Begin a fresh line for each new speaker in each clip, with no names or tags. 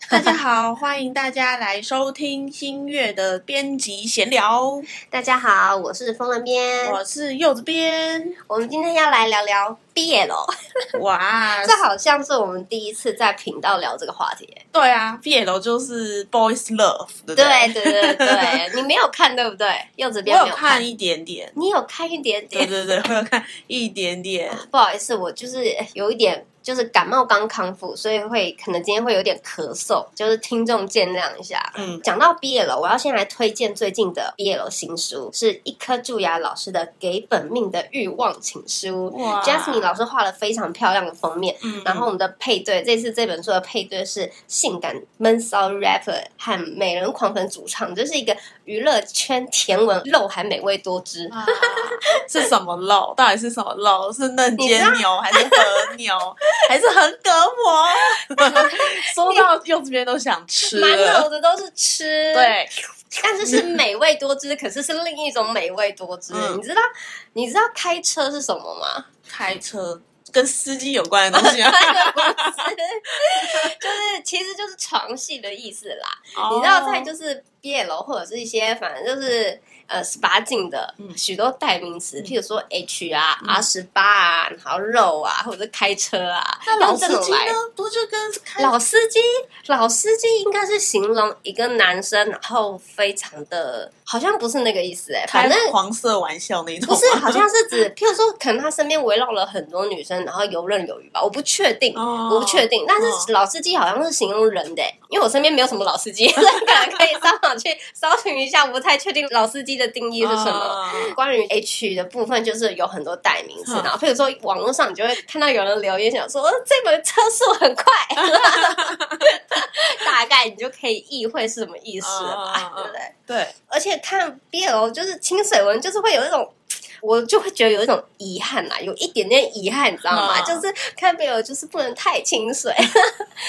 大家好，欢迎大家来收听新月的编辑闲聊，
大家好，我是风人边，
我是柚子 编。
我们今天要来聊聊 BL，
哇，
这好像是我们第一次在频道聊这个话题耶。
对啊，BL 就是 boys love，对不
对对对对，你没有看对不对？柚子边
我
没
有
看
看，一点点，
你有看一点
对
点。
对对，我有看一点 点。
不好意思，我就是呃有一点，就是感冒刚康复，所以会可能今天会有点咳嗽，就是听众见谅一下。
嗯，
讲到 BL，我要先来推荐最近的 BL 新书，是一颗蛀牙老师的《给本命的欲望请书
嗯哇》
，Jasmine 老师画了非常漂亮的封面。
嗯
然后我们的配对，这次这本书的配对是性感闷骚 rapper 和美人狂粉主唱，这是一个娱乐圈甜文，肉还美味多汁。
啊 是什么肉？到底是什么肉？是嫩
你知
煎
道
牛还是和牛还是横膈膜？ 说到柚子边都想吃
满脑
了。
子都是吃，，
对，
但是是美味多汁，可是是另一种美味多汁。
嗯
你知道你知道开车是什么吗？
开车跟司机有关的东西啊。
就是其实就是床戏的意思啦。你知道，在
哦
就是 BL 或者是一些反正就是呃十八禁的
嗯
许多代名词，譬如说 H 啊、
嗯
R 十八啊，然后肉啊，或者是开车啊，
那老
用这
司
种
机
来
呢？不就跟开
老司机，老司机应该是形容一个男生，然后非常的，好像不是那个意思哎、反
开
正
黄色玩笑那种
不
吗？
是，好像是指，譬如说，可能他身边围绕了很多女生，然后游刃有余吧，我不确定。
哦
我不确定，但
哦
是老司机好像是形容人的、欸因为我身边没有什么老司机， 所以可能可以上网去搜寻一下，我不太确定老司机的定义是什么。
哦
关于 H 的部分，就是有很多代名词，
嗯
然后譬如说网络上你就会看到有人留言想说、哦这本车速很 快， 大概你就可以意会是什么意思了吧，
嗯嗯嗯
对不对？
对，
而且看 BL 就是清水文，就是会有一种。我就会觉得有一种遗憾啦，有一点点遗憾，你知道吗？
啊
就是看 BL 就是不能太 清水，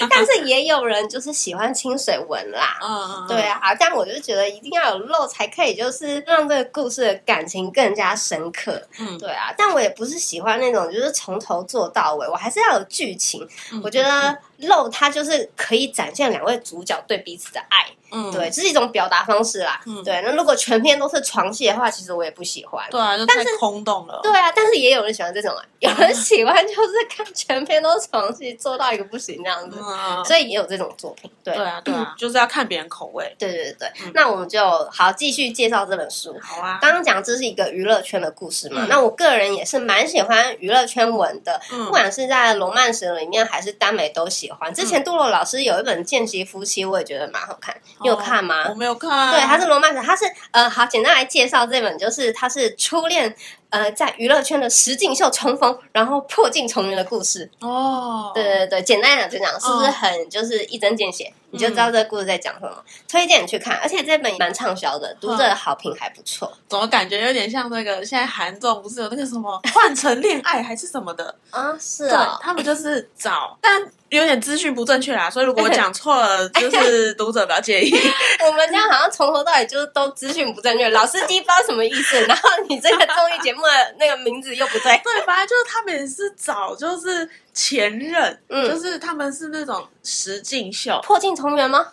但是也有人就是喜欢清水文啦。
嗯，
对啊，但我就觉得一定要有肉才可以，就是让这个故事的感情更加深刻。
嗯
对啊，但我也不是喜欢那种就是从头做到尾，我还是要有剧情。
嗯，
我觉得肉它就是可以展现两位主角对彼此的爱。
嗯，嗯
对，，这是一种表达方式啦。
嗯
对，那如果全片都是床戏的话，其实我也不喜欢。
对啊，就太空洞了。
对啊，但是也有人喜欢这种啊，有人喜欢就是看全片都是床戏，做到一个不行这样子，
嗯，
所以也有这种作品。对，嗯
对啊，对啊，就是要看别人口味。
对对对对
嗯
那我们就好继续介绍这本书。
好啊，
刚刚讲这是一个娱乐圈的故事嘛，
嗯
那我个人也是蛮喜欢娱乐圈文的，
嗯
不管是在罗曼史里面还是耽美都喜欢。之
嗯
前杜洛老师有一本《见习夫妻》，我也觉得蛮好看，你
哦
有看吗？
我没有看。
对，它是罗曼史，它是呃，好，简单来介绍这本，就是它是初恋，呃，在娱乐圈的实境秀冲锋，然后破镜重圆的故事。
哦，
对对对，简单来讲就这样，是不是
哦
很就是一针见血？你就知道这个故事在讲什么，推荐你去看，而且这本蛮畅销的，读者的好评还不错。
怎么感觉有点像那个现在韩综不是有那个什么换成恋爱还是什么的？
啊，是
对
哦，，
他们就是找，但有点资讯不正确啦，所以 如果我讲错了，就是读者不要介意。
我们这样好像从头到尾就是都资讯不 正确，老司机不知道什么意思，然后你这个综艺节目的那个名字又不 对，
对，反正就是他们也是找就是前任，
嗯
就是他们是那种实境秀，
破镜重圆吗？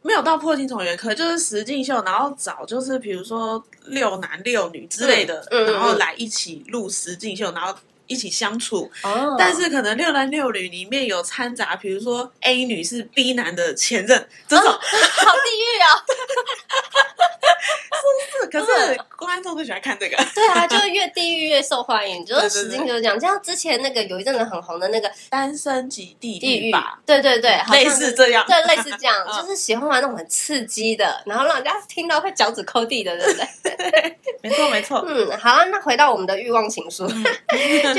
没有到破镜重圆，可就是实境秀，然后找就是比如说六男六女之类的，
嗯嗯嗯
然后来一起录实境秀，然后。一起相处，
哦，
但是可能六男六女里面有掺杂，比如说 A 女是 B 男的前任，这种
好地狱哦。
是，
嗯
可是观众都喜欢看这个，
对啊，就是越地狱越受欢迎，就是
对对
实
对
境就是这样。像之前那个有一阵子很红的那个
单身即地
地
狱
狱
吧，，
对对对，好像
类似这样。
对类似这样，
嗯
就是喜欢玩那种很刺激的，然后让人家听到会脚趾抠地的，对不 对？
没错没错，
嗯，好了，那回到我们的欲望情书，
嗯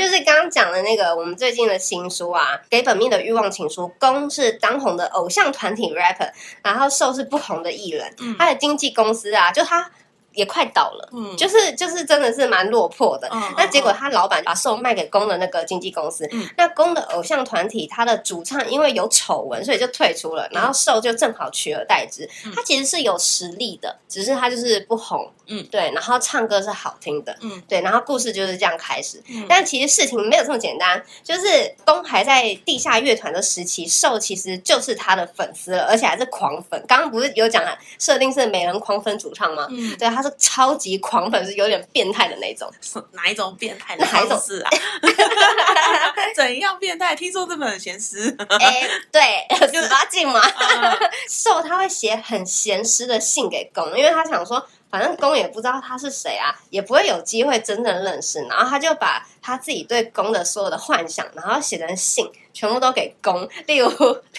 就是刚刚讲的那个我们最近的新书啊，《给本命的欲望情书》，公是当红的偶像团体 rapper，然后受是不红的艺人，
嗯
他的经纪公司啊，就他。也快倒了，
嗯，
就是就是真的是蛮落魄的。
嗯
那结果他老板把售卖给公的那个经纪公司，
嗯
那公的偶像团体他的主唱因为有丑闻，所以就退出了，然后受就正好取而代之。
嗯
他其实是有实力的，只是他就是不红，
嗯，
对，然后唱歌是好听的，
嗯，
对，然后故事就是这样开始。
嗯
但其实事情没有这么简单，就是公还在地下乐团的时期，受其实就是他的粉丝了，而且还是狂粉。刚刚不是有讲了设定是美人狂粉主唱吗？
嗯，
对，他是超级狂粉，是有点变态的那 种。
是哪一种变态的
哪一种
方式啊？怎样变态？听说这本很闲 诗，
哎、对，十八禁嘛。
嗯
受他会写很闲诗的信给公，因为他想说，反正公也不知道他是谁啊，也不会有机会真正认识。然后他就把他自己对公的所有的幻想，然后写成信，全部都给公。例如，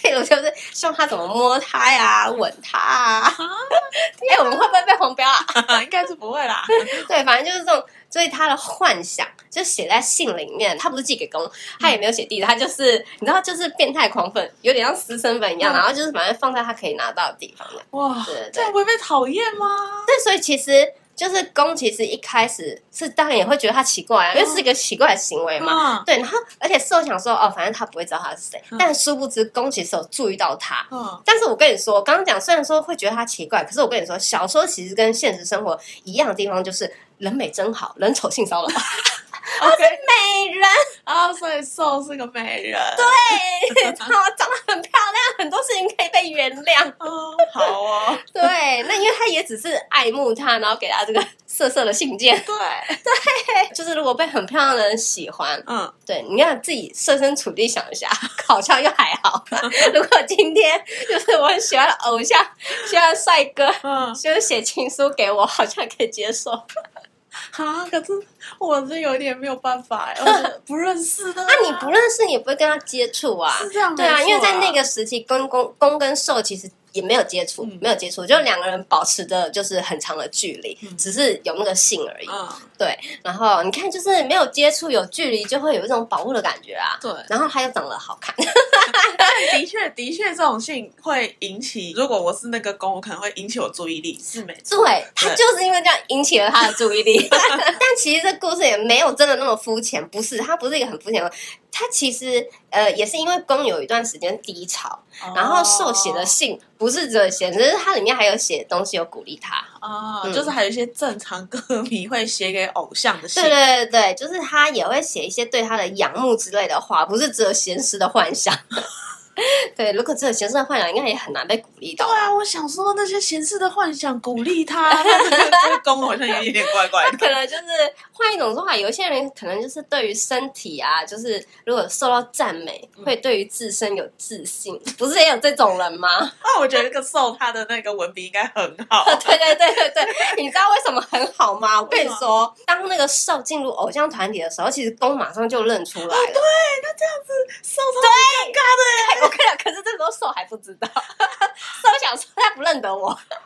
例如就是希望他怎么摸他呀、吻他啊。 哎、我们会不会被红标啊？
应该是不会啦。
对，反正就是这种。所以他的幻想就写在信里面，他不是寄给公，他也没有写地址，他就是你知道，就是变态狂粉，有点像私生粉一样，
嗯
然后就是反正放在他可以拿到的地方。
哇
对对，对
这样不会被讨厌吗？
对，所以其实就是公，其实一开始是当然也会觉得他奇怪、啊，因为是一个奇怪的行为嘛。
嗯
对，然后而且受想说哦，反正他不会知道他是谁，
嗯
但殊不知公其实有注意到哦他。
嗯
但是我跟你说，我刚刚讲虽然说会觉得他奇怪，可是我跟你说，小说其实跟现实生活一样的地方就是人美真好，人丑性
哦
骚扰。
，OK，
美 人
啊，所以瘦是个美人，对，
美，她哦长得很漂亮，很多事情可以被原谅。
嗯，好 哦，
对，那因为他也只是爱慕他，然后给他这个色色的信件。
对，
就是如果被很漂亮的人喜欢，
嗯，
对，你要自己设身处地想一下，好像又还好。如果今天就是我很喜欢的偶像，喜欢的帅哥，
嗯，
就是写情书给我，好像可以接受。那、
啊，可是我是有点没有办法 哎，我是不认识的啊，
你不认识，你也不会跟他接触啊？
是这样
对啊，
没错
因为在那个时期，公公公跟受其实。也没有接触，
嗯
没有接触，就两个人保持着就是很长的距离，
嗯
只是有那个性而已。
嗯，
对，然后你看，就是没有接触，有距离，就会有一种保护的感觉啊。
对，
然后他又长得好看，
的确的确这种性会引起，如果我是那个公，我可能会引起我注意力，是没错，
对，他就是因为这样引起了他的注意 力。但其实这故事也没有真的那么肤浅，不是，他不是一个很肤浅的。他其实呃也是因为公有一段时间低潮，然
哦
后受写的信不是只有写，只是他里面还有写东西有鼓励他。
啊，
嗯
就是还有一些正常歌迷会写给偶像的信
对，对对对，就是他也会写一些对他的仰慕之类的话，不是只有闲时的幻 想。对，如果只有闲时的幻想，应该也很难被鼓励到
对。啊，我想说那些闲事的幻想鼓励他，他这个 这个公好像也有点怪怪的。
可能就是换一种说法，有一些人可能就是对于身体啊，就是如果受到赞美，
嗯
会对于自身有自信， 不是也有这种人吗？
那哦我觉得那个受他的那个文笔应该很好。
对对对对对，你知道为什么很好吗？我跟你说，当那个受进入偶像团体的时候，其实公马上就认出 来了。
受超级尴尬欸
我跟你讲，可是这时候受还不知道， 受想说他不认得我，
的，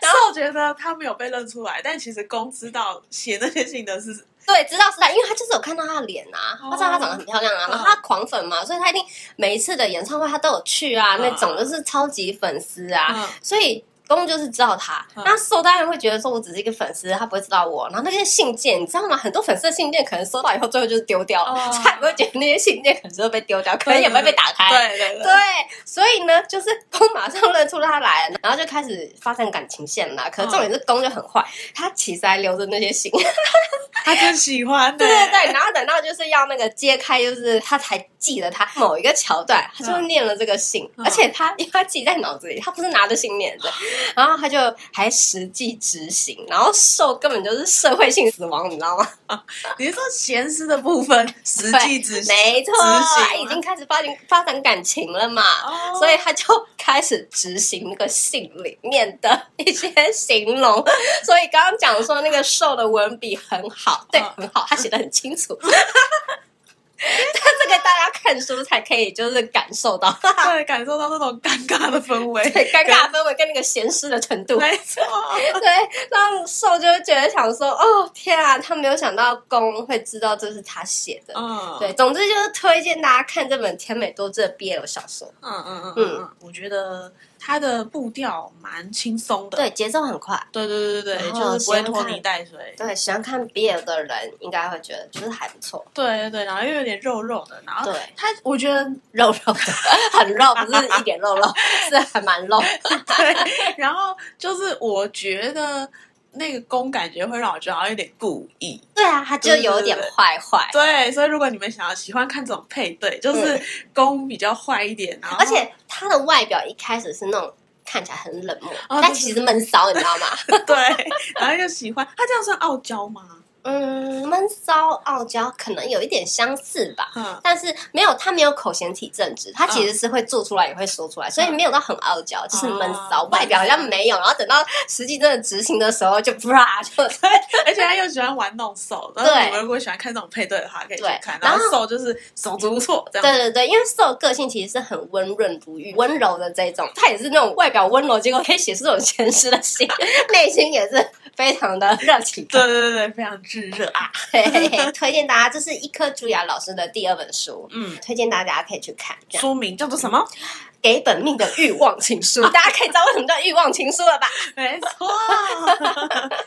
然后我觉得他没有被认出来，但其实公知道写那些信的是
对，知道是他，因为他就是有看到他的脸啊，
哦
他知道他长得很漂亮啊，
嗯
然后他狂粉嘛，所以他一定每一次的演唱会他都有去啊，
嗯
那种就是超级粉丝啊，
嗯
所以。公就是知道他，
嗯
那受当然会觉得说我只是一个粉丝，他不会知道我。然后那些信件，你知道吗？很多粉丝的信件可能收到以后，最后就是丢掉了，
哦
所以他也不会觉得那些信件可能是会被丢掉，可能也不会被打开。
对哎对
对，所以呢，就是公马上认出他来了，然后就开始发展感情线啦。可是重点是公就很坏，他其实还留着那些信，
他真喜欢的、
对对对。然后等到就是要那个揭开，就是他才记得他某一个桥段，他就念了这个信，
嗯
而且他因为他记在脑子里，他不是拿着信念的，然后他就还实际执行，然后受根本就是社会性死亡，你知道吗？
你是说闲诗的部分实际执行，
没错，
执
他
行
已经开始发展发展感情了嘛。
哦
所以他就开始执行那个信里面的一些形容。 所以刚刚讲说那个瘦的文笔很好，对，
嗯
很好，他写的很清楚。这个大家看书才可以，就是感受到
对，感受到那种尴尬的氛围，
对尴尬的氛围跟那个闲适的程度。
没 错，
对，让受就会觉得想说，哦天啊，他没有想到公会知道这是他写的。
嗯，
对，总之就是推荐大家看这本甜美多姿的 BL 小说，
嗯嗯嗯嗯嗯，我觉得他的步调蛮轻松的，
对，节奏很快。
对对对对对，
然
就
后
是不会
喜欢
拖
看
泥带水。
对，喜欢看 BL 的人应该会觉得就是还不错，
对对对，然后又有点肉肉的，然后
对
他我觉得
哦 肉肉的，很肉，不是一点肉 肉，是还蛮肉。
对，然后就是我觉得那个攻感觉会让我觉得好像有点故意。
对啊，他就有点坏坏，
对，所以如果你们想要喜欢看这种配对，就是攻比较坏一点，然后
而且他的外表一开始是那种看起来很冷漠，
哦
但
就是
其实闷骚，你知道吗？
对，然后又喜欢他这样算傲娇吗？
嗯，闷骚傲娇可能有一点相似吧。
嗯，
但是没有，他没有口嫌体正直，他其实是会做出来也会说出来，所以没有到很傲娇，就是闷骚，
嗯哦
外表好像没有，然后等到实际真的执行的时候就 啪就
而且他又喜欢玩弄手，然后
对
你们如果喜欢看这种配对的话，可以去
对
看。
然
然
后
后手就是手足无措这样
对
子。
对对，因为受个性其实是很温润如玉、温柔的这种，他也是那种外表温柔，结果可以写出这种前世的心， 内心也是非常的热情的。
对对对对，非常炙热啊！
对，推荐大家，这是一颗茱雅老师的第二本书，
嗯，
推荐大家可以去看。这样
书名叫做什么？
给本命的欲望情书，大家可以知道为什么叫欲望情书了吧？
没 错，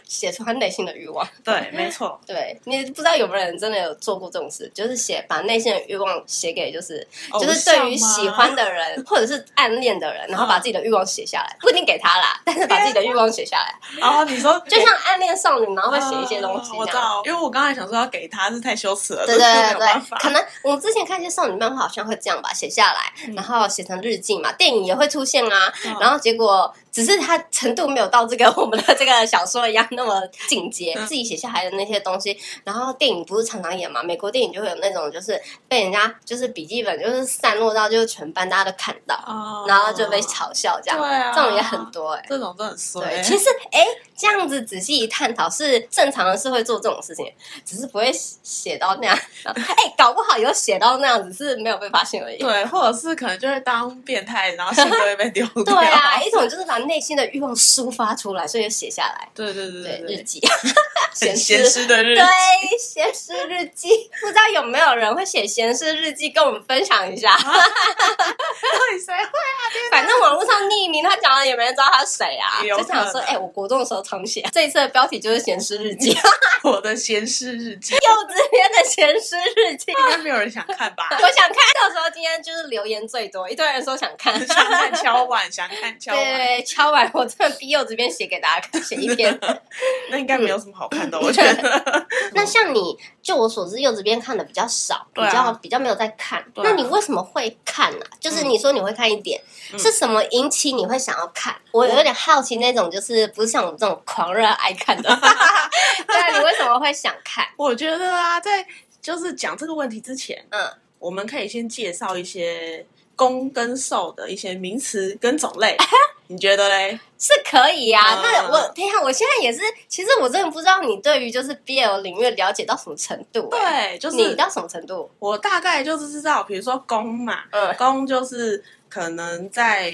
写出他内心的欲望。
对，没错，
对你不知道有没有人真的有做过这种事，就是写把内心的欲望写给就是 就是对于
偶像吗
喜欢的人或者是暗恋的人，然后把自己的欲望写下来，不一定给他啦，但是把自己的欲望写下来，
哦，你说
就像暗恋少女，然后会写一些东西
啊我
这
知
样。
道，因为我刚才想说要给他是太羞 耻了，
对
这
对
是没
对
有办
对，
法。
可能我之前看一些少女漫画，好像会这样吧，写下来，然后写成日记嘛，电影也会出现啊，
嗯
然后结果只是它程度没有到这个我们的这个小说一样那么进阶，
嗯
自己写下来的那些东西，然后电影不是常常演嘛，美国电影就会有那种就是被人家就是笔记本就是散落到就是全班大家都看到，
哦
然后就被嘲笑这样，
对啊
这种也很多哎、
这种都很衰
对，。其实哎，这样子仔细一探讨，是正常人是会做这种事情，只是不会写到那样。 哎，搞不好有写到那样，只是没有被发现而已。
对，或者是可能就会当变态，然后性格会被丢掉。
对啊，一种就是把内心的欲望抒发出来，所以就写下来。
对对对
对，
对
日
对，
记，
很
诗
闲湿的日
对， 闲诗日记，不知道有没有人会写闲诗日记，跟我们分享一下。
啊到底谁会？
反正网络上匿名，他讲了也没人知道他是谁啊。
有
就想说，
可能
哎、我国中的时候常写，这一次的标题就是闲诗日记，
我的闲事日记，
幼稚园的闲诗日记。
应该没有人想看吧？
我想看，到时候今天就是留言最多，一堆人说想看。
想看敲 碗，想看敲碗，
对，敲完我真的逼柚子边写给大家看，写一 篇。
那应该没有什么好看的，我觉 得。
那像你，就我所知，柚子边看的比较少，
对啊
比较比较没有在看。
对啊
那你为什么会看呢、就是你说你会看一点，
嗯
是什么引起你会想要看？我有点好奇那种，就是不是像我们这种狂热爱看的。 对啊，你为什么会想看？
我觉得啊，在就是讲这个问题之前，
嗯，
我们可以先介绍一些攻跟受的一些名词跟种类，
啊
你觉得嘞？
是可以啊，
嗯
那我等一下，我现在也是，其实我真的不知道你对于就是 BL 领域了解到什么程度、欸。
对，啊就是
你到什么程度？
我大概就是知道，比如说攻嘛，
嗯，
攻就是可能在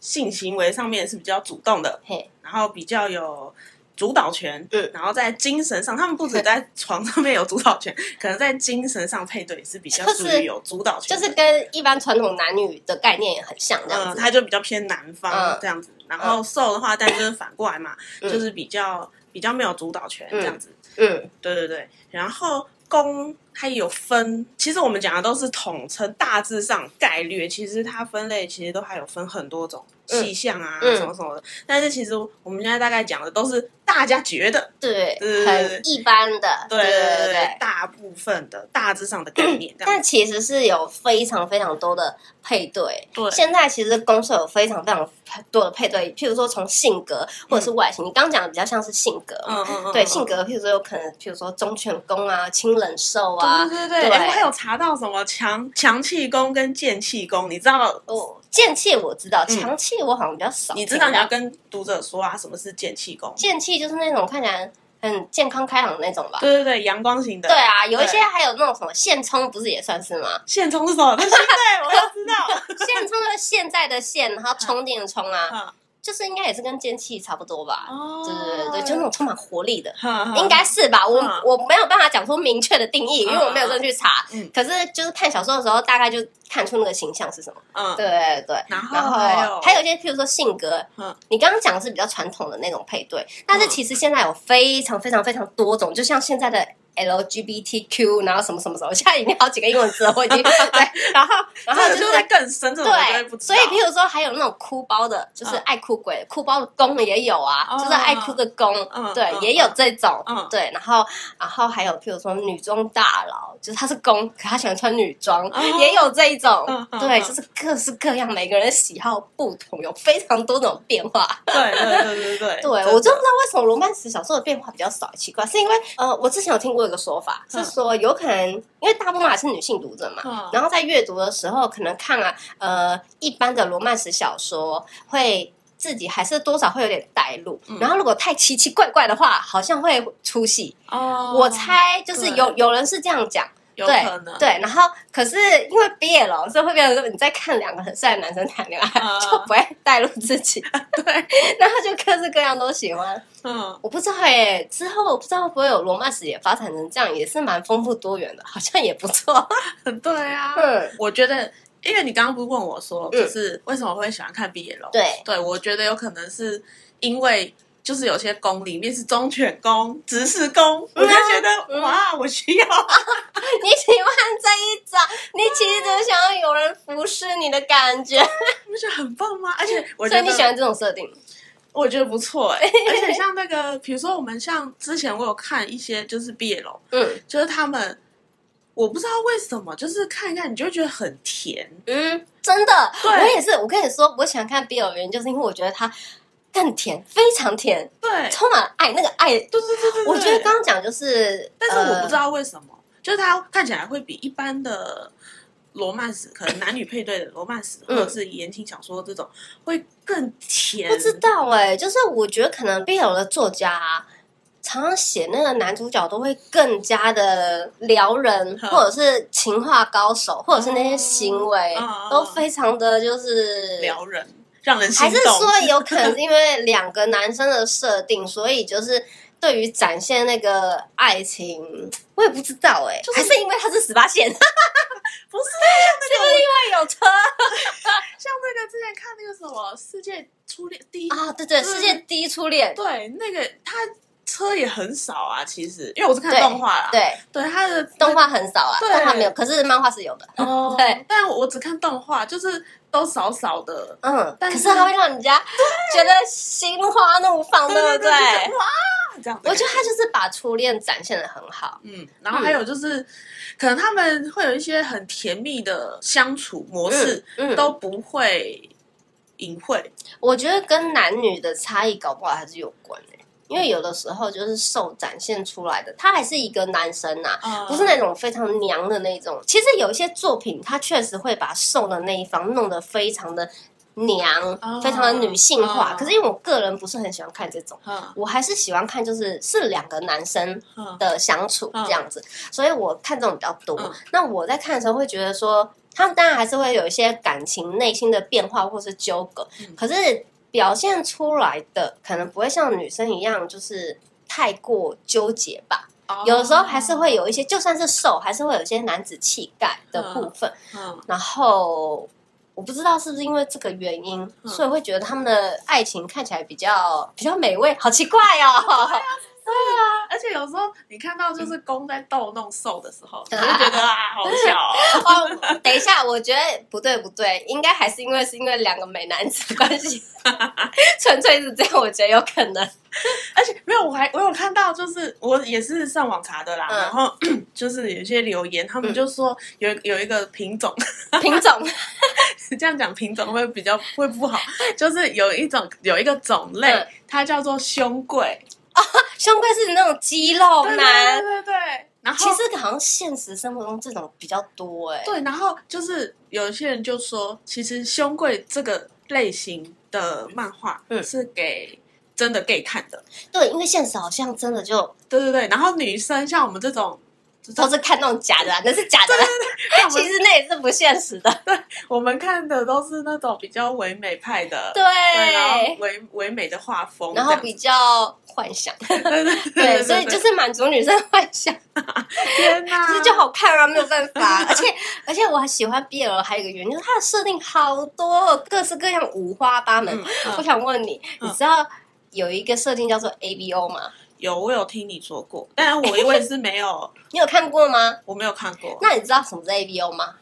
性行为上面是比较主动的，
嘿，
然后比较有主导权，
嗯
然后在精神上，他们不止 在床上面有主导权，可能在精神上配对也是比较
就是
属于有主导权
就
的，
是跟一般传统男女的概念也很像这样
嗯，
子。
他就比较偏南
嗯
方这样子，然后瘦的话，但就是反过来嘛，
嗯
就是比较比较没有主导权这样子，
嗯，
对对对，然后公它也有分，其实我们讲的都是统称，大致上概略，其实它分类其实都还有分很多种
嗯
细项啊、
嗯
什么什么的，但是其实我们现在大概讲的都是大家觉得
对，
对对对
很一般的，
对
对
对
对对。
大部分的大致上的概 念这样
但
子，
其实是有非常非常多的配对，
对
现在其实公社有非常非常多的配对，譬如说从性格或者是外形，你刚刚讲的比较像是性格嘛，
嗯嗯嗯，
对
嗯
性。格，譬如说有可能，譬如说忠犬攻啊、清冷兽啊
对，对对对，
对
哎，我还有查到什么强强气功跟健气功，你知道？
哦，剑气我知道，
嗯
强气我好像比较少听到。
你知道你要跟读者说啊，什么是健气功？
剑气就是那种看起来很健康开朗的那种吧？
对对对，阳光型的。
对，啊，有一些
对
还有那种什么现充，不是也算是 吗？
现充是什么？对对对，我要知 道。
现充就是现在的现， 然后充电的充啊，
嗯
就是应该也是跟电器差不多吧？
哦
对对对对，就那种充满活力的。
种
应该是吧，我
嗯
我没有办法讲出明确的定义，因为我没有真的去查
嗯嗯。
可是就是看小说的时候，大概就看出那个形象是什么。
嗯，
对对对。
然
然
后
后
还有
还有一些，譬如说性格
嗯，
你刚刚讲的是比较传统的那种配对，但是
嗯
其实现在有非常非常非常多种，就像现在的 LGBTQ，然后什么什么什么，现在已经好几个英文字了，我已经对， 然后然后
这个
就
就是在更深，这种我就会不
对，
知
所
道。
以譬如说还有那种哭包的，就是
嗯
爱哭鬼，哭包的公的也有啊，
哦
就是爱哭的公，
嗯
对
嗯，
也有这种
嗯，
对，然后然后还有譬如说女装大佬，就是他是公，可他喜欢穿女装
哦，
也有这一种
嗯，嗯
对，
嗯
就是各式各样，每个人喜好不同，有非常多种变化。
对对对对对，
对，我就不知道为什么罗曼史小说的变化比较少，奇怪，是因为呃，我之前有听过一个说法，是
嗯
说有可能因为大部分还是女性读者嘛，
嗯
然后在阅读的时候，可能看啊呃一般的罗曼史小说会。自己还是多少会有点带入，
嗯
然后如果太奇奇怪怪的话，好像会出戏。
哦，
我猜就是
对
有有人是这样讲，
有
对
可能，
对，然后可是因为毕业了，所以会变成说你在看两个很帅的男生谈恋爱，
嗯
就不会带入自己， 对，然后就各式各样都喜欢。
嗯，
我不知道哎、之后我不知道会不会有罗曼史也发展成这样，也是蛮丰富多元的，好像也不错。
对 啊，
嗯，
我觉得，因为你刚刚不是问我说，
嗯
就是为什么会喜欢看 BL？
对，
对，我觉得有可能是因为就是有些宫里面是忠犬宫、执事宫，我就觉得、
嗯
哇，我需要，
你喜欢这一种，你其实只想要有人服侍你的感觉，
你不觉得很棒吗？而且我
所
觉
以你喜
得
欢这种设定。
我觉得不错 哎、而且像那个，比如说我们像之前我有看一些就是 BL，
嗯
就是他们。我不知道为什么，就是看一看你就会觉得很甜，
嗯，真的，
对
我也是。我跟你说，我喜欢看 BL 的原因，就是因为我觉得它更甜，非常甜，
对，
充满了爱。那个爱，
对对对对对。
我觉得刚刚讲就是，
但是我不知
呃，
道为什么，就是它看起来会比一般的罗曼史，可能男女配对的罗曼史或
嗯
者是言情小说这种，会更甜。
不知道哎、就是我觉得可能 BL 的作家、啊。常常写那个男主角都会更加的撩人，
嗯
或者是情话高手，或者是那些行为
嗯嗯嗯
都非常的就是
撩人，让人心
还是
动。
说有可能是因为两个男生的设定，所以就是对于展现那个爱情，我也不知道哎、
就是
还是因为他是十 八线，是
不是像 那
不是
个
因为有车
像那个之前看那个什么《世界初恋》第一，
啊？对对，
嗯
世界第一初恋，
对那个他车也很少啊，其实因为我是看
对
动画啦，
对，
对他的
动画很少啊，
对
动画没有，可是漫画是有的。
哦，
对，
但我只看动画，就是都少少的。
嗯，
但
可
是
是它会让人家觉得心花怒放，对
对
不对？
就是哇，这样的感。
我觉得他就是把初恋展现的很好。
嗯，然后还有就是，可能他们会有一些很甜蜜的相处模式，
嗯，
都不会隐晦。
我觉得跟男女的差异搞不好还是有关的、因为有的时候就是受展现出来的，他还是一个男生呐、
啊
不是那种非常娘的那种。其实有一些作品，他确实会把受的那一方弄得非常的娘，
哦
非常的女性化。
哦
可是因为我个人不是很喜欢看这种，
嗯
我还是喜欢看就是是两个男生
嗯
的相处
嗯
这样子，所以我看这种比较多。
嗯
那我在看的时候会觉得说，他们当然还是会有一些感情内心的变化或是纠葛，
嗯
可是表现出来的可能不会像女生一样，就是太过纠结吧。
哦
有的时候还是会有一些，就算是瘦，还是会有一些男子气概的部分。
嗯
然后我不知道是不是因为这个原因，
嗯
所以会觉得他们的爱情看起来比较比较美味，好奇怪哦。
而且有时候你看到就是公在逗弄受的时候，
嗯
你就觉得啊，好笑哦。
哦，等一下，我觉得不对不对，应该还是因为是因为两个美男子关 系，纯粹是这样，我觉得有可能。
而且没有，我还我有看到，就是我也是上网查的啦，
嗯
然后 就是有些留言，他们就说有有一个品种，
品种，
这样讲品种会比较会不好，就是有一种有一个种类
嗯，
它叫做胸贵。
胸贵是那种肌肉
对对
男，
对对对。然
啊其
后
实好像现实生活中这种比较多哎、
对，然后就是有些人就说，其实胸贵这个类型的漫画
嗯
是给真的 gay 看的。
对，因为现实好像真的就
对对对，然后女生像我们这种，就
都是看那种假的、啊，那是假的啦，
像我
其
们
实那也是不现实的。
我们看的都是那种比较唯美派的，
对，啊
对，然后唯唯美的画风这
然
样，
后比较幻 想，
对对对
对，所以就是满足女生幻想，
天哪，
可是就好看啊，没有办法。 而且而且我还喜欢 BL 还有一个原因，就是它的设定好多，各式各样，五花八门。
嗯
我
嗯
想问你，
嗯
你知道有一个设定叫做 ABO 吗？
有我有听你说过，但我我也是没有，
你有看过吗？
我没有看过，
那你知道什么是 ABO 吗？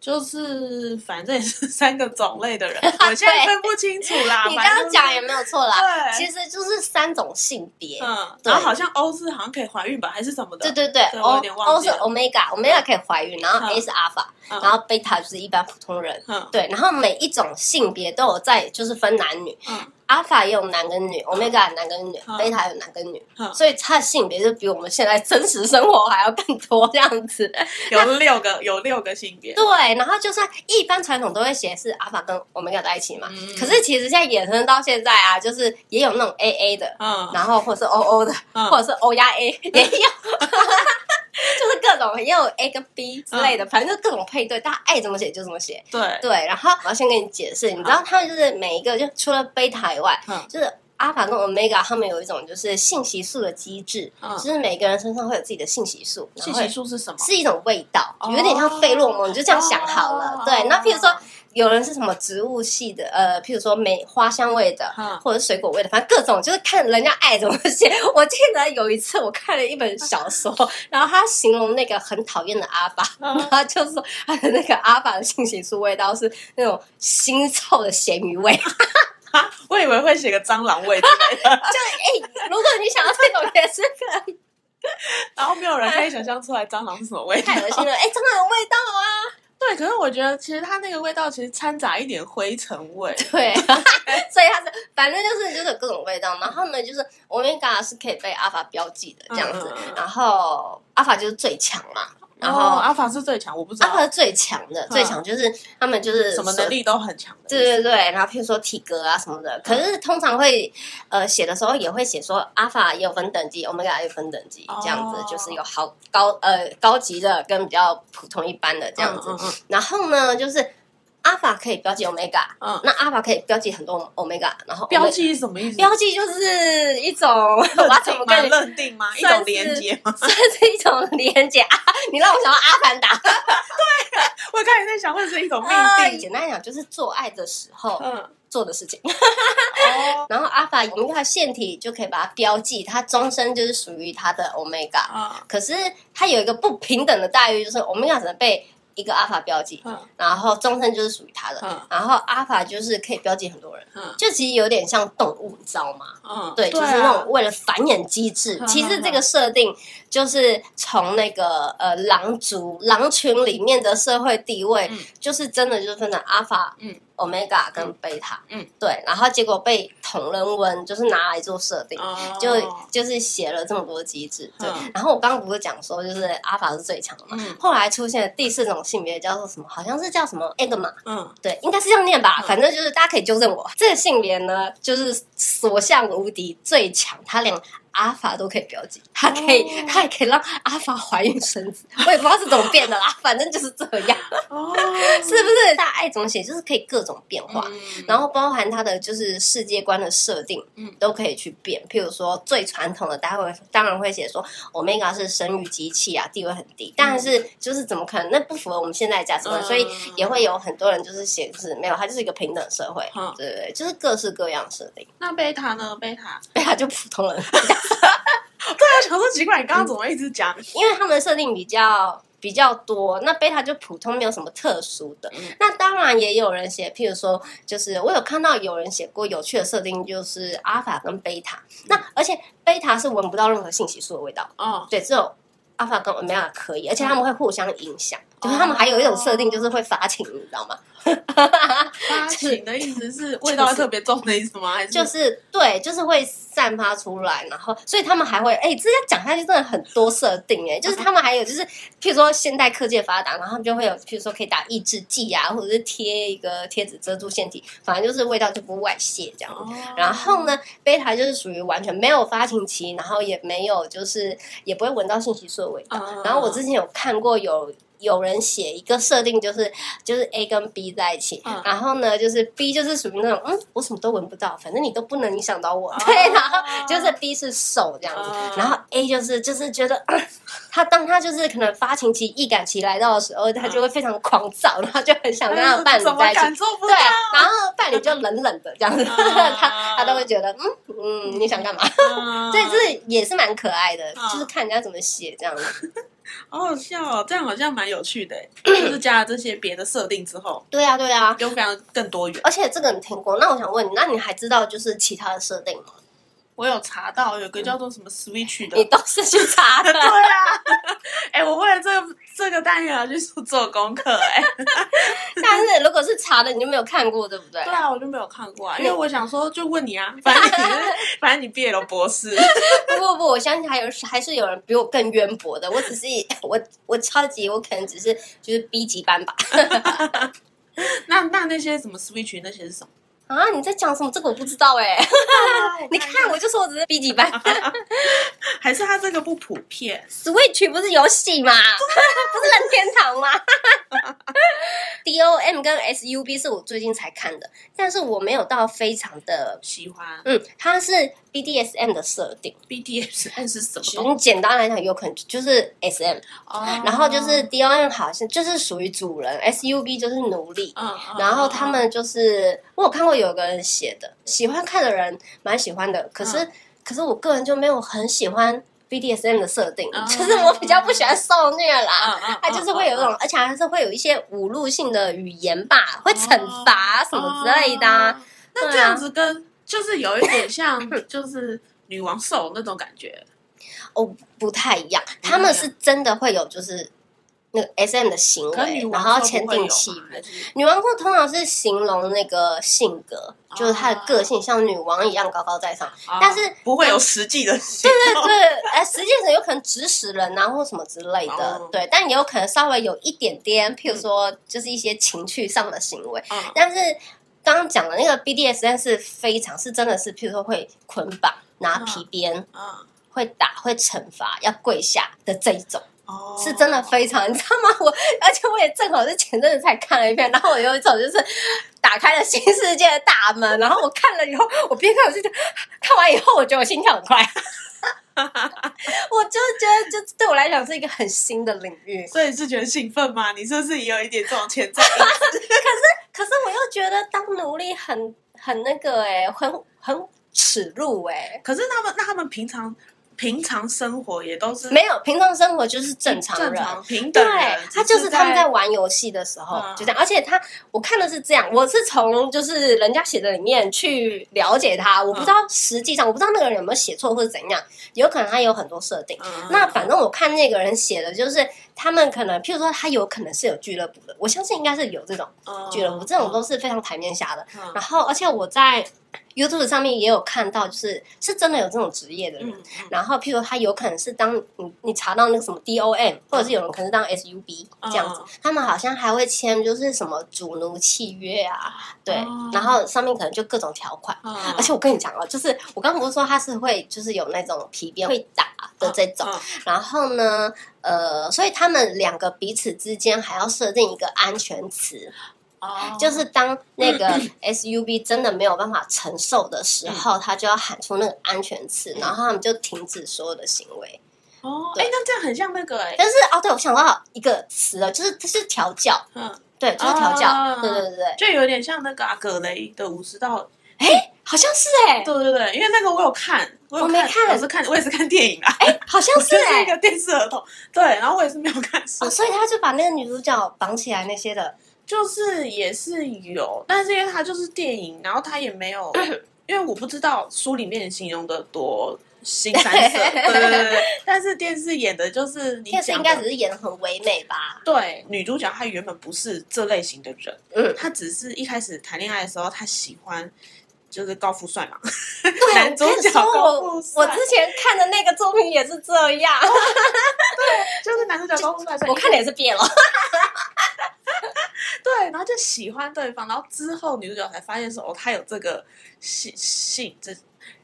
就是反正也是三个种类 的人，我现在分不清楚啦。
你刚
反正
刚讲也没有错啦，
对，
其实就是三种性别。
嗯，
对
然后好像 O 是好像可以怀孕吧，还是什么的？
对对对
对我
，O
有点忘
O
记
是
了
omega，omega 可以怀孕，然后
嗯
A 是 alpha，
嗯
然后贝塔就是一般普通人。
嗯
对，然后每一种性别都有在，就是分男女。
嗯
阿法也有男跟女，欧米伽有男跟女，
嗯
贝塔有男跟女，
嗯
所以它的性别就比我们现在真实生活还要更多这样子。
有六个有六个性别，
对，然后就算一般传统都会写是阿法跟欧米伽在一起嘛，
嗯
可是其实现在衍生到现在啊，就是也有那种 A A 的，
嗯
然后或者是 O O 的，
嗯
或者是 O 压 A 也有， 就是各种也有 A 跟 B 之类的，反正就各种配对，大家爱怎么写就怎么写。
对，
对，然后我要先跟你解释，你知道他们就是每一个，就除了贝塔以外，
嗯
就是阿法跟 omega，他们有一种就是信息素的机制，
嗯
就是每个人身上会有自己的信息素，然
信
后
息素是什么？
是一种味道，
哦
有点像费洛蒙，你就这样想好
哦
了。对，那譬如说有人是什么植物系的，呃，譬如说梅花香味的，
嗯
或者是水果味的，反正各种就是看人家爱怎么写。 我记得有一次我看了一本小说，然后他形容那个很讨厌的阿法，
嗯
然后就说他的那个阿法的性情素味道是那种腥臭的咸鱼味。
啊，我以为会写个蟑螂味之类的，
哎如果你想要这种也是可以，
然后没有人可以想象出来蟑螂是什么味道
太。恶心了。哎、真的有味道啊！
对，可是我觉得其实它那个味道其实掺杂一点灰尘味。
对， 所以它是反正就是就是有各种味道，然后呢就是欧米伽是可以被阿法标记的这样子，
嗯嗯嗯
然后阿法就是最强嘛，然后、
哦阿法是最强，我不知
阿法
道
是最强的，最强就是他们就是
什么
所
能。力都很强的。嗯
对对对，然后譬如说体格啊什么的，可是通常会，呃，写的时候也会写说阿法也有分等级，欧米伽也有分等级，这样子
哦
就是有好高呃高级的跟比较普通一般的这样子
嗯。嗯
然后呢，就是阿法可以标记欧米伽，
嗯嗯，
那阿法可以标记很多 omega，然后 omega-
标记是什么意思？
标记就是一种， 我要怎么跟你，
认定吗？一
算
种
是
连接吗？
算是一种连接 啊！你让我想到阿凡达。
我刚才在想，会是一种
呃
命定。
简单来讲，就是做爱的时候
嗯，
做的事情。
哦，
然后阿法 omega 腺体就可以把它标记，它终身就是属于它的 omega。
啊，
可是它有一个不平等的待遇，就是 omega 只能被一个阿法标记，
嗯
然后终身就是属于它的。
嗯
然后阿法就是可以标记很多人，
嗯
就其实有点像动物，你知道吗？
嗯，
对，就是那
啊
种为了繁衍机制。
嗯
其实这个设定就是从那个呃狼族狼群里面的社会地位，
嗯
就是真的就是分成阿法、
嗯、
欧米伽跟贝塔。
嗯，
对，然后结果被同人文就是拿来做设定。
哦
就就是写了这么多机制，对。
嗯
然后我刚刚不是讲说，就是阿法是最强的嘛，
嗯
后来出现了第四种性别叫做什么？好像是叫什么 e g m a
嗯，
对，应该是这样念吧。
嗯
反正就是大家可以纠正我。这个性别呢，就是所向无敌、最强，他连阿法都可以标记，他可以，
哦
他也可以让阿法怀孕生子。我也不知道是怎么变的啦，反正就是这样，
哦，
是不是？大家爱怎么写，就是可以各种变化。
嗯
然后包含它的就是世界观的设定，
嗯
都可以去变。譬如说最传统的，大家会当然会写说 omega 是生育机器啊，地位很低，但是就是怎么可能？那不符合我们现在的价值观，
嗯
所以也会有很多人就是写就是没有，它就是一个平等社会，
嗯
对对对，就是各式各样的设定，
那贝塔呢？贝塔，
对啊，就普通人，
对啊，想说奇怪，你刚刚怎么一直讲？
因为他们的设定比较。比较多，那贝塔就普通，没有什么特殊的。
嗯
那当然也有人写，譬如说，就是我有看到有人写过有趣的设定，就是阿法跟贝塔。那而且贝塔是闻不到任何信息素的味道，
嗯哦
对，只有阿法跟欧米伽可以，而且他们会互相影响。
哦
就是他们还有一种设定，就是会发情，你知道吗？
发情的意思是味道特别重的意思吗？还是
就是对，就是会散发出来，然后所以他们还会哎、这要讲下去真的很多设定哎、就是他们还有就是，譬如说现代科技的发达，然后他们就会有譬如说可以打抑制剂啊，或者是贴一个贴纸遮住腺体，反正就是味道就不外泄这样。
哦
然后呢，贝塔就是属于完全没有发情期，然后也没有就是也不会闻到信息素的味道。
嗯
然后我之前有看过有有人写一个设定，就是就是 A 跟 B 在一起，
嗯
然后呢就是 B 就是属于那种嗯我什么都闻不到，反正你都不能影响到我，
哦
对，然后就是 B 是手这样子，
哦
然后 A 就是就是觉得、呃他当他就是可能发情期、易感期来到的时候，他就会非常狂躁，然后就很想跟他的伴侣
嗯哎 怎
在
么
一起。
感受不
对
到？，
然后伴侣就冷冷的这样子，
啊
他他都会觉得，嗯嗯，你想干嘛？
嗯
对，这也是蛮可爱的，
啊
就是看人家怎么写这样子。
好好笑哦，这样好像蛮有趣的，欸 就是加了这些别的设定之后，
对啊，对啊，
又非常更多元。
而且这个你听过，那我想问你，那你还知道就是其他的设定吗？
我有查到有个叫做什么 Switch 的
你，都是去查 的，
对啊，哎、我为了这个这个单元而去做功课、哎，
但是如果是查的，你就没有看过，对不对？
对啊，我就没有看过啊，因为我想说就问你啊，反正你是 反正你毕业了博士，
不不不，我相信还有还是有人比我更渊博的。我只是 我我超级，我可能只是就是 B 级班吧。
那那那些什么 Switch 那些是什 么？
啊，你在讲什么？这个我不知道哎、你看，我就说我只是 B 级班。
还是它这个不普遍？
Switch 不是游戏吗？ 不是任天堂吗 ？DOM 跟 SUB 是我最近才看的，但是我没有到非常的，
喜欢
嗯，它是 BDSM 的设定。
嗯 BTS 是什么
其
东西？
实简单来讲，有可能就是 SM，
哦
然后就是 DOM 好像就是属于主人，SUB 就是奴隶。
嗯，嗯
然后他
嗯
们就是，我有看过有个人写的，喜欢看的人蛮喜欢的，可
嗯
是、可是我个人就没有很喜欢 BDSM 的设定，
哦
就是我比较不喜欢受虐啦，
嗯嗯
它就是会有一种，而且还是会有一些侮辱性的语言吧，会惩罚什么之类的啊、
哦那这
对啊
样子跟就是有一点像，就是女王兽那种感觉。
哦，不太一样，
一样
他们是真的会有就是那个 SM 的行
可是女
为，然
王
后
兽
签
不会有
订
嘛
契约。
还是
女王座通常是形容那个性格，就是她
啊
的个性像女王一样高高在上。
哦
但是
不会有实际的行
对
动。
对，哎，实际上有可能指使人啊，或什么之类的，
哦
对，但也有可能稍微有一点点，譬如说就是一些情趣上的行为。
嗯
但是刚刚讲的那个 BDSM 是非常是真的是，譬如说会捆绑、拿
啊
皮鞭、
嗯，
会打、会惩罚、要跪下的这一种。
哦
是真的非常，你知道吗？我而且我也正好是前阵子才看了一遍，然后我有一种就是打开了新世界的大门，然后我看了以后，我边看我就觉得看完以后，我觉得我心跳很快， 我就是觉得就对我来讲是一个很新的领域，
所以是觉得兴奋吗？你是不是也有一点这种潜在因素？
可是我又觉得当奴隶很很那个哎、很很耻辱哎、
可是他们，那他们平常平常生活也都是
没有平常生活就是正常人
正。常平
对
等人，
他
只
就是是他们在玩游戏的时候、
嗯
就这样，而且他我看的是这样，我是从就是人家写的里面去了解他，我不知道实际上、我不知道那个人有没有写错或者怎样，有可能他有很多设定。
嗯
那反正我看那个人写的就是他们可能，譬如说他有可能是有俱乐部的，我相信应该是有这种俱乐部，这种都是非常台面下的。
嗯
然后而且我在 YouTube 上面也有看到，就是是真的有这种职业的人。
嗯嗯
然后，譬如他有可能是当你你查到那个什么 DOM，或者是有人可能是当 SUB 这样子，
嗯
他们好像还会签就是什么主奴契约啊，对，
哦
然后上面可能就各种条款。
嗯
而且我跟你讲哦，就是我刚刚不是说他是会就是有那种皮鞭会打的这种，
嗯嗯
然后呢，呃，所以他们两个彼此之间还要设定一个安全词，
哦
就是当那 个 SUB 真的没有办法承受的时候，他就要喊出那个安全词，
嗯
然后他们就停止所有的行为。
哦，
对
哎，那这样很像那个哎，
但是哦，对我想到一个词了，就是它是调教，
嗯，
对，就是调教，
啊
对对对对，
就有点像那个啊葛雷的武士道
好像是哎、
对对对，因为那个我有看，我有
我没看
我是看，我也是看电影啦，
好像
我
是
就
哎、
是一个电视儿童，对，然后我也是没有看书
哦，，所以他就把那个女主角绑起来那些的，
就是也是有，但是因为它就是电影，然后它也没有，因为我不知道书里面形容的多新三色，对对对对。但是电视演的就是你
电视应
讲
该
的
只，是演的很唯美吧？
对女主角她原本不是这类型的人，
嗯，
她只是一开始谈恋爱的时候，她喜欢就是高富帅嘛，
对，啊
男主
我跟你
角啊
说
高
我
富
我
帅，
之前看的那个作品也是这样，
哦就是男主角高富帅，所以
我看的也是变了。
对，然后就喜欢对方，然后之后女主角才发现说，哦，她有这个性性这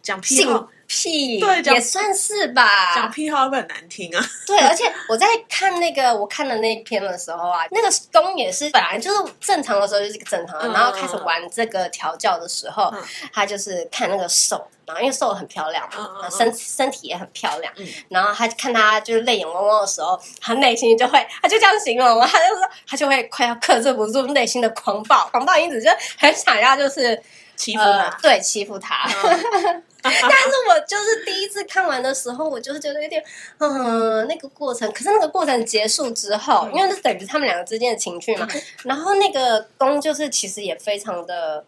讲癖
性
好，
癖，
对讲
也算是
讲
吧。
癖好会不会很难听啊？
对，而且我在看那个我看的那篇的时候啊，那个宫也是本来就是正常的时候就是一个正常的，
嗯
然后开始玩这个调教的时候
嗯，
他就是看那个兽，然后因为兽很漂亮
嗯嗯
嘛，
嗯
身身体也很漂亮
嗯，
然后他看他就是泪眼汪汪的时候，他内心就会，他就这样形容啊，他就说他就会快要克制不住内心的狂暴，狂暴因子就很想要就是
欺负 啊
呃
他。
对欺负他。
嗯
但是我就是第一次看完的时候，我就是觉得有点，嗯，那个过程。可是那个过程结束之后，
嗯
因为是等于他们两个之间的情绪嘛。
嗯
然后那个公就是其实也非常的，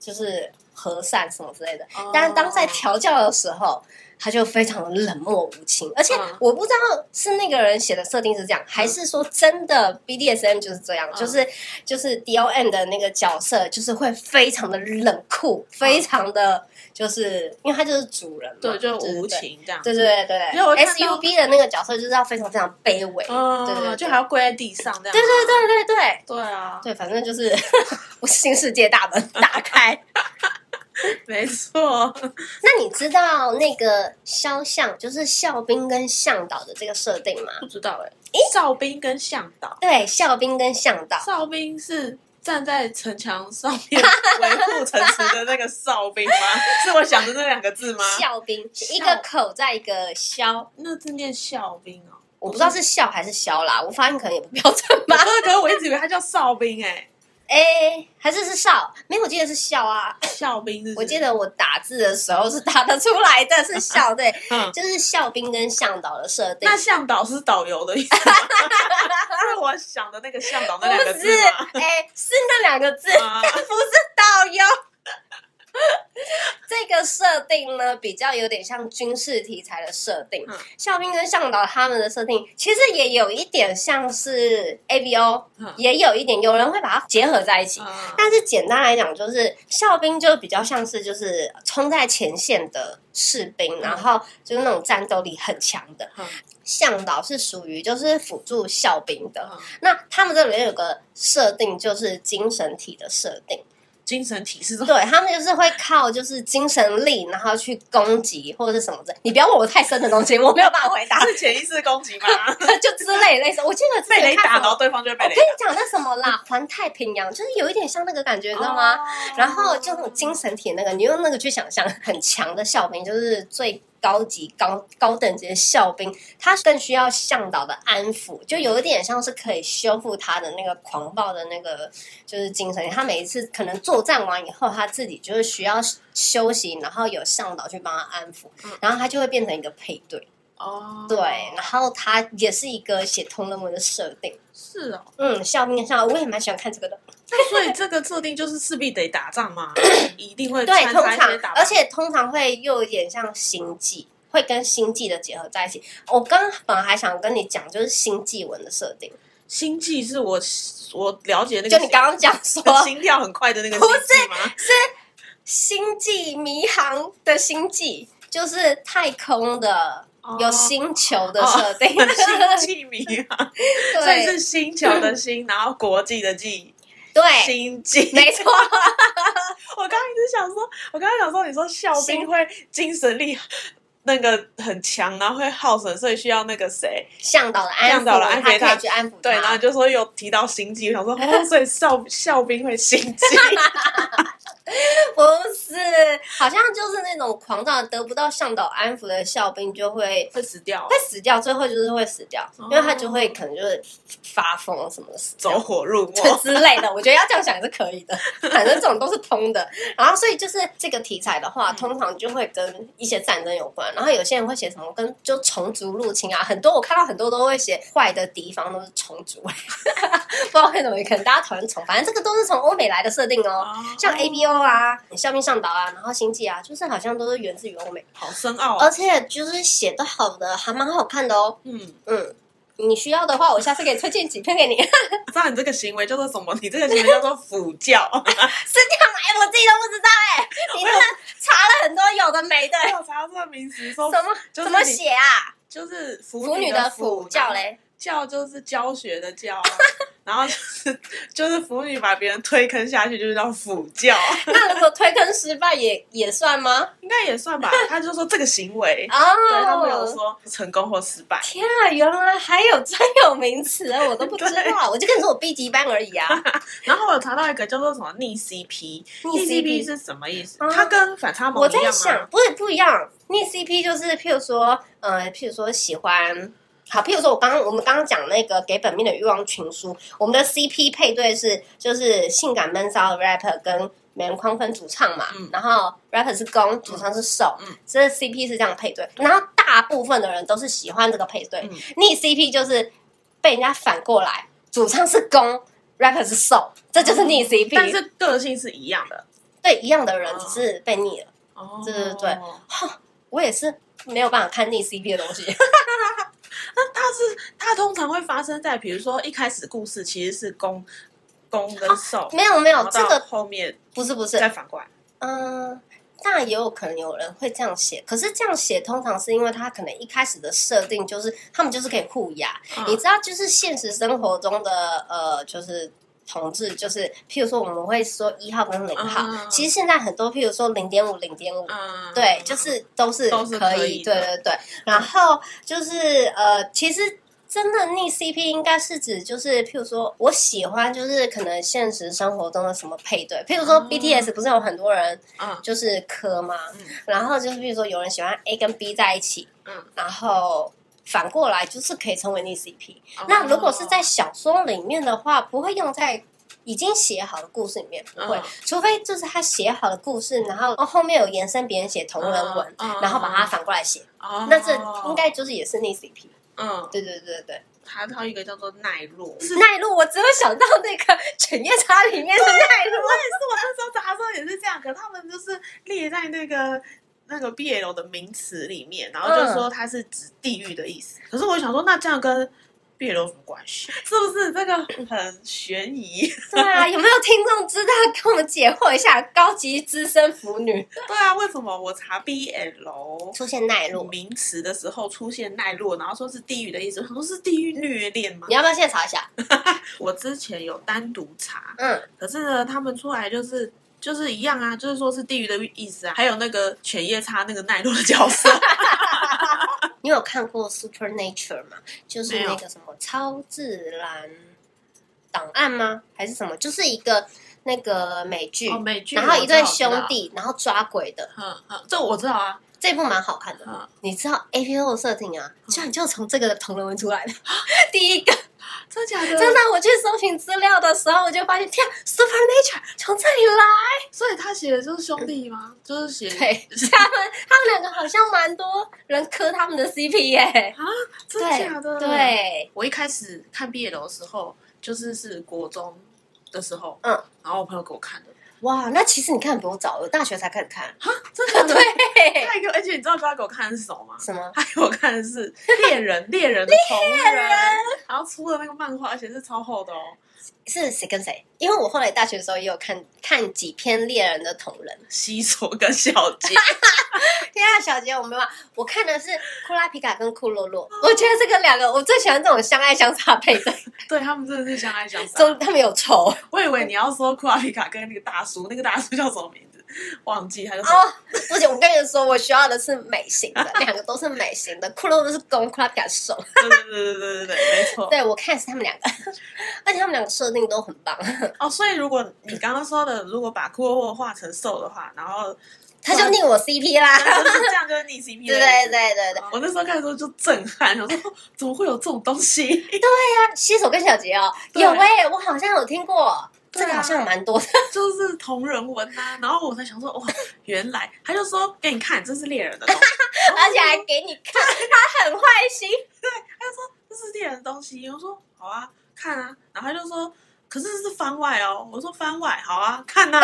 就是和善什么之类的。
哦
但是当在调教的时候，他就非常的冷漠无情。而且
嗯
我不知道是那个人写的设定是这样，还是说真的 BDSM 就是这样，
嗯
就是就是 DOM 的那个角色，就是会非常的冷酷，非常的就是因为他就是主人嘛，
嗯对，就
对
无。情这样。
对对对对对
因为我看到
SUB 的那个角色就是要非常非常卑微，
嗯，
对对对
就还要跪在地上这样。
对对对对对
对啊，
对，反正就是 我新世界大门打开。
没错。
那你知道那个肖像就是校兵跟向导的这个设定吗？
不知道哎，哨兵跟向导，
对，校兵跟向导，
哨兵是站在城墙上面维护城池的那个哨兵吗？ 是我想的那两个字吗？
校兵
校
一个口在一个肖，
那字念哨兵 哦。
我不知道是校还是肖啦，我发音可能也不标准 吧
不。是，可是我一直以为他叫哨兵哎，
哎、还是是少？没有，我记得是校啊。
哨兵是。
我记，得我打字的时候是打得出来的，是校 对，
嗯，
就是校兵跟向导的设定
那。向导是导游的意思吗， 是我想的那个向导那两个
不
字
是
吗？，
哎、是那两个字，
啊，
不是导游。这个设定呢，比较有点像军事题材的设定
嗯。
校兵跟向导他们的设定，其实也有一点像是 A B O，
嗯
也有一点有人会把它结合在一起。
啊
但是简单来讲，就是校兵就比较像是就是冲在前线的士兵，然后就是那种战斗力很强的
嗯。
向导是属于就是辅助校兵的。
嗯
那他们这里面有个设定，就是精神体的设定。
精神体是这种
对他们就是会靠就是精神力，然后去攻击或者是什么的。你不要问我太深的东西，我没有办法回答，
是潜意识攻击吗？
就之类类似。我记得之
被
前
雷
看
打，
什
然后
么，哦
对方就会
我
被雷
跟你讲那什么啦，《环太平洋》就是有一点像那个感觉，
打，
你知道吗？
哦
然后就那种精神体那个，你用那个去想象，很强的校兵就是最高级高高等级的校兵，他更需要向导的安抚，就有一点像是可以修复他的那个狂暴的那个就是精神。他每一次可能作战完以后，他自己就是需要休息，然后有向导去帮他安抚
嗯，
然后他就会变成一个配对，
哦，
对，然后他也是一个写通人文的设定。
是哦，
嗯，校兵校我也蛮喜欢看这个的。
那所以这个设定就是势必得打仗 嘛，一定会
对，
穿
通
插一
常
些打，
而且通常会又有点像星际，会跟星际的结合在一起。我刚刚本来还想跟你讲，就是星际文的设定，
星际是我我了解那个
就你刚刚讲说
心心跳很快的那个星际 吗？
星际迷航的星际，就是太空的
哦
有星球的设 定，
星际迷啊，所以
对
是星球 的星，然后国际的际，
对，
星际。
没错，
我刚刚一直想说，我刚刚想说，你说校兵
星
会精神力那个很强，然后会耗神，所以需要那个谁
向导的安
向导的安抚
抚，他
他
可以去安抚
对，然后
他
你。就说有提到心机，我想说 哦，所以校校兵会心机，
不是，好像就是那种狂躁得不到向导安抚的校兵就会
会死掉啊
会，死掉，最后就是会死掉，
哦
因为他就会可能就是发疯什么的死
走
掉。
火入
这
魔。
之类 的，我觉得要这样想也是可以的，反正这种都是通的。然后，所以就是这个题材的话，
嗯
通常就会跟一些战争有关。然后有些人会写什么跟就虫族入侵啊，很多我看到很多都会写坏的敌方都是虫欸 族，不知道为什么，可能大家讨厌虫，反正这个都是从欧美来的设定哦。像 A B O 啊、校命上岛啊，然后星际啊，就是好像都是源自于欧美，
好深奥、
而
哦。
且就是写的好的，还蛮好看的哦。
嗯，
嗯，你需要的话，我下次给你推荐几篇给你。
不知道你这个行为叫做什么？ 你这个行为叫做腐 教。
是这样吗？哎、我自己都不知道哎、你真的查了很多有的没的、
我有哎查到这个名词，说
怎么、
哦就是
怎么
你
写啊？
就是腐
腐女
的
的腐教，嘞，
教就是教学的教啊、 然后就是 就是腐女把别人推坑下去，就是叫腐教，
那如果推坑失败也也算吗？
应该也算吧。他就说这个行 为，对他没有
哦，
说成功或失败。
天啊，原来还有专有名词啊，我都不知 道，我就跟你说我 B 级班而已啊。
然后我有查到一个叫做什么逆 CP，逆 CP 是什么意思？
嗯
它跟反差萌
我
一样啊
在
吗？
想，不是不一样，逆 CP 就是譬如说，呃，譬如说喜欢。好，譬如说我刚刚我们刚刚讲那个给本命的欲望群书，我们的 CP 配对是就是性感闷骚的 rapper 跟美人狂粉主唱嘛，
嗯
然后 rapper 是攻，主唱是受，
嗯
所以 CP 是这样配对。然后大部分的人都是喜欢这个配对，
嗯
逆 CP 就是被人家反过来，主唱是攻，rapper 是受，这就是逆 CP，
但是个性是一样的。
对一样的人
哦
只是被逆了。
哦
对对对我也是没有办法看逆 CP 的 东西。
那它是它通常会发生在比如说一开始故事其实是攻攻跟受，
啊没有没
然
有，
后
这
到
个
后面
不是不是
再，反过来。
嗯、当然也有可能有人会这样写，可是这样写通常是因为他可能一开始的设定就是他们就是可以互压，
嗯
你知道，就是现实生活中的呃，就是同志，就是譬如说我们会说一号跟零号，
嗯
其实现在很多譬如说零点五、零点五，
嗯，
对，就是都是
都是
可
可
以，
以
对
的嗯
对对。然后就是呃，其实真的逆 CP 应该是指就是，譬如说我喜欢就是可能现实生活中的什么配对，譬如说
哦
BTS 不是有很多人
嗯
就是磕吗？
嗯
然后就是譬如说有人喜欢 A 跟 B 在一起，
嗯，
然后。反过来就是可以称为逆 CP。
哦
那如果是在小说里面的话，不会用在已经写好的故事里面，不会，
嗯
除非就是他写好的故事，然后哦后面有延伸别人写同人文，
嗯嗯
然后把它反过来写，
哦
那这应该就是也是逆 CP。
嗯，
嗯对对对对，
还有一个叫做奈落，
对奈落，我只有想到那个《犬夜叉》里面的奈落，
我那时候查的时候也是这样，可他们就是列在那个那个 BL 的名词里面，然后就说它是指地狱的意思。可是我想说，那这样跟 BL 有什么关系？是不是这个很悬疑？
对啊，有没有听众知道跟我们解惑一下？高级资深腐女
对啊，为什么我查 BL
出现奈落，
名词的时候出现奈落，然后说是地狱的意思？我想说是地狱虐恋吗
你？要不要现在查一下？
我之前有单独查，
嗯，
可是呢，他们出来就是。就是一样啊，就是说是地狱的意思啊，还有那个犬夜叉那个奈落的角色，
你有看过《Supernatural》吗？就是
没有
那个什么超自然档案吗？还是什么？就是一个那个美剧。
哦，美剧，
然后一对兄
我知道，啊
弟，然后抓鬼的
嗯嗯，这我知道啊，
这部蛮好看的。
嗯，
你知道 A P O 的设定啊，
嗯啊
居然就从这个同人文出来的。 第一个，
真假的？
真的，我去搜寻资料的时候，我就发现，天，Supernatural 从这里来。
所以他写的就是兄弟吗？就是写
对，他们他们两个好像蛮多人磕他们的 C P 耶、
啊，真假的？，
对，
我一开始看毕业楼的时候，就是是国中的时候，
嗯，
然后我朋友给我看的，
哇，那其实你看比我早，我大学才开始看。
啊，真的对，
对，
他还给我，而且你知道他给我看的是什么吗？
什么？
他给我看的是猎人，猎人的同人，然后出了那个漫画，而且是超厚的哦，
是谁跟谁？因为我后来大学的时候也有看看几篇猎人的同人。
西索跟小杰，
天啊，小杰，我没有办法，我看的是库拉皮卡跟库洛洛。我觉得这个两个，我最喜欢这种相爱相杀配 对，
对他们真的是相爱相杀。
中他们有仇哦。
我以为你要说库拉皮卡跟那个大叔，那个大叔叫什么名字？忘记，他就说
不行，我跟你说，我需要的是美型的，两个都是美型的，库洛洛是攻，库拉皮卡是守。
对对对对对对，没错。
对我看的是他们两个，而且他们两个设定都很棒。
哦，所以如果你刚刚说的，如果把库洛画成瘦的话，然后
他就逆我 CP 啦。
那就是这样，就是逆 CP
对
的。
对对对对，
我那时候看的时候就震撼，我说哦怎么会有这种东西？
西索跟小杰哦，
对
有哎、我好像有听过，
对
这
啊
个好像蛮多的。
就是同人文呐、然后我才想说，哇，原来他就说给你看，这是猎人的 东西，
而且还给你看，他很坏心。
这是猎人的东西。我说好啊，看啊，然后他就说。可是是番外哦。我说番外，好啊，看呐、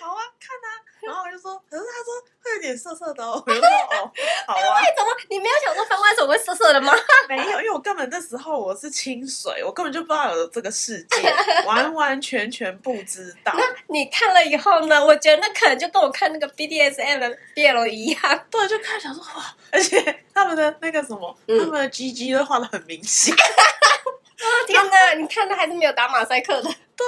好啊， 看呐、然后我就说，可是他说会有点涩涩的哦。我 就说哦，好啊，
哎，怎么你没有想说番外怎么会色色的 吗？
没有，因为我根本那时候我是清水，我根本就不知道有这个世界，完完全全不知道。
你看了以后呢？我觉得那可能就跟我看那个 BDSM 的 BL 一样，
对，就看想说哇，而且他们的那个什么，
嗯
他们的 GG 都画的很明显。
天哪！你看的还是没有打马赛克的，
对，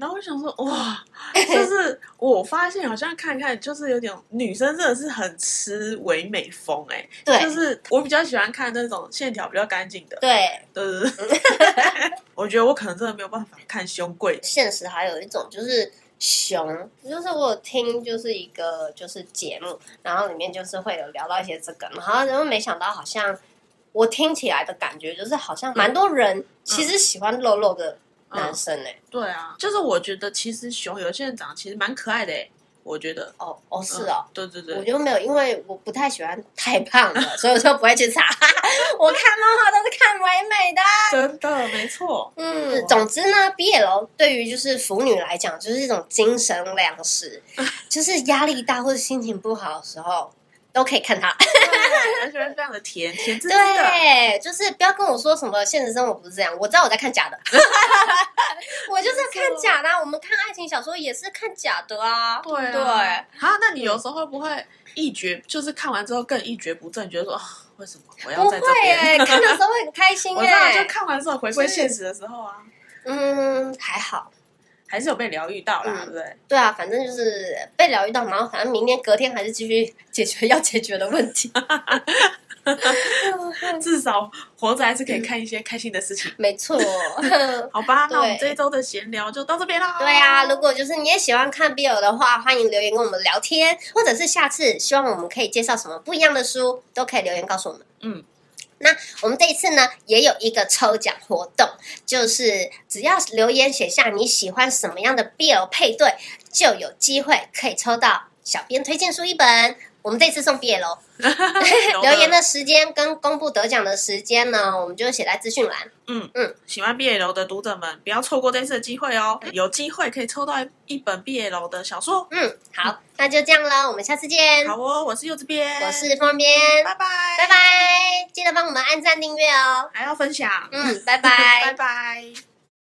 然后我想说，哇，就是我发现好像看看，就是有点女生真的是很吃唯美风哎、
对
就是我比较喜欢看那种线条比较干净的，
对，
对对对。呃 我觉得我可能真的没有办法看胸柜，
现实还有一种就是熊，就是我有听就是一个就是节目，然后里面就是会有聊到一些这个，然后然后没想到好像我听起来的感觉就是好像蛮多人其实喜欢肉肉的男生哎、
对啊，就是我觉得其实熊有些人长得其实蛮可爱的哎、我觉得
哦哦是哦。
嗯对对
我
对，
就没有，因为我不太喜欢太胖的，所以我就不会去查。 我看漫画都是看唯美的。
真的没错，
嗯，总之呢，BL 对于就是腐女来讲，就是一种精神 粮食，就是压力大或者心情不好的时候。都可以看它，
对而且非常的甜，甜滋滋的。
对，就是不要跟我说什么现实生活不是这样，我知道我在看 假的，我就是看假的啊、我们看爱情小说也是看假的啊，
对
对不
啊，啊，那你有时候会不会一蹶，就是看完之后更一蹶不振，觉得说啊，为什么我要
不
啊在这
会
边？
哎、看的时候会很开 心
我知道，
哎、
就看完之后回归现实的时候啊，
嗯，还好，
还是有被疗愈到啦，
嗯
对不对？
对啊，反正就是被疗愈到，然后反正明天隔天还是继续解决 要解决的问题。
至少活着还是可以看一些开心的事情，
没错，对
好吧？
对
那我们这一周的闲聊就到这边啦。
啊，如果就是你也喜欢看 BL 的话，欢迎留言跟我们聊天，或者是下次希望我们可以介绍什么不一样的书，都可以留言告诉我们。
嗯，
那我们这一次呢，也有一个抽奖活动，就是只要留言写下你喜欢什么样的 BL 配对，就有机会可以抽到小编推荐书一本。我们这次送 BL 哦。留言的时间跟公布得奖的时间呢，我们就写在资讯栏。
喜欢 BL 的读者们，不要错过这次的机会哦，有机会可以抽到一本 BL 的小说。
嗯，好，那就这样了，我们下次见。
好哦，我是柚子边，
嗯我是风边，
拜拜，
拜，拜，记得帮我们按赞订阅哦。
还要分享，
嗯，拜
拜
拜。
拜。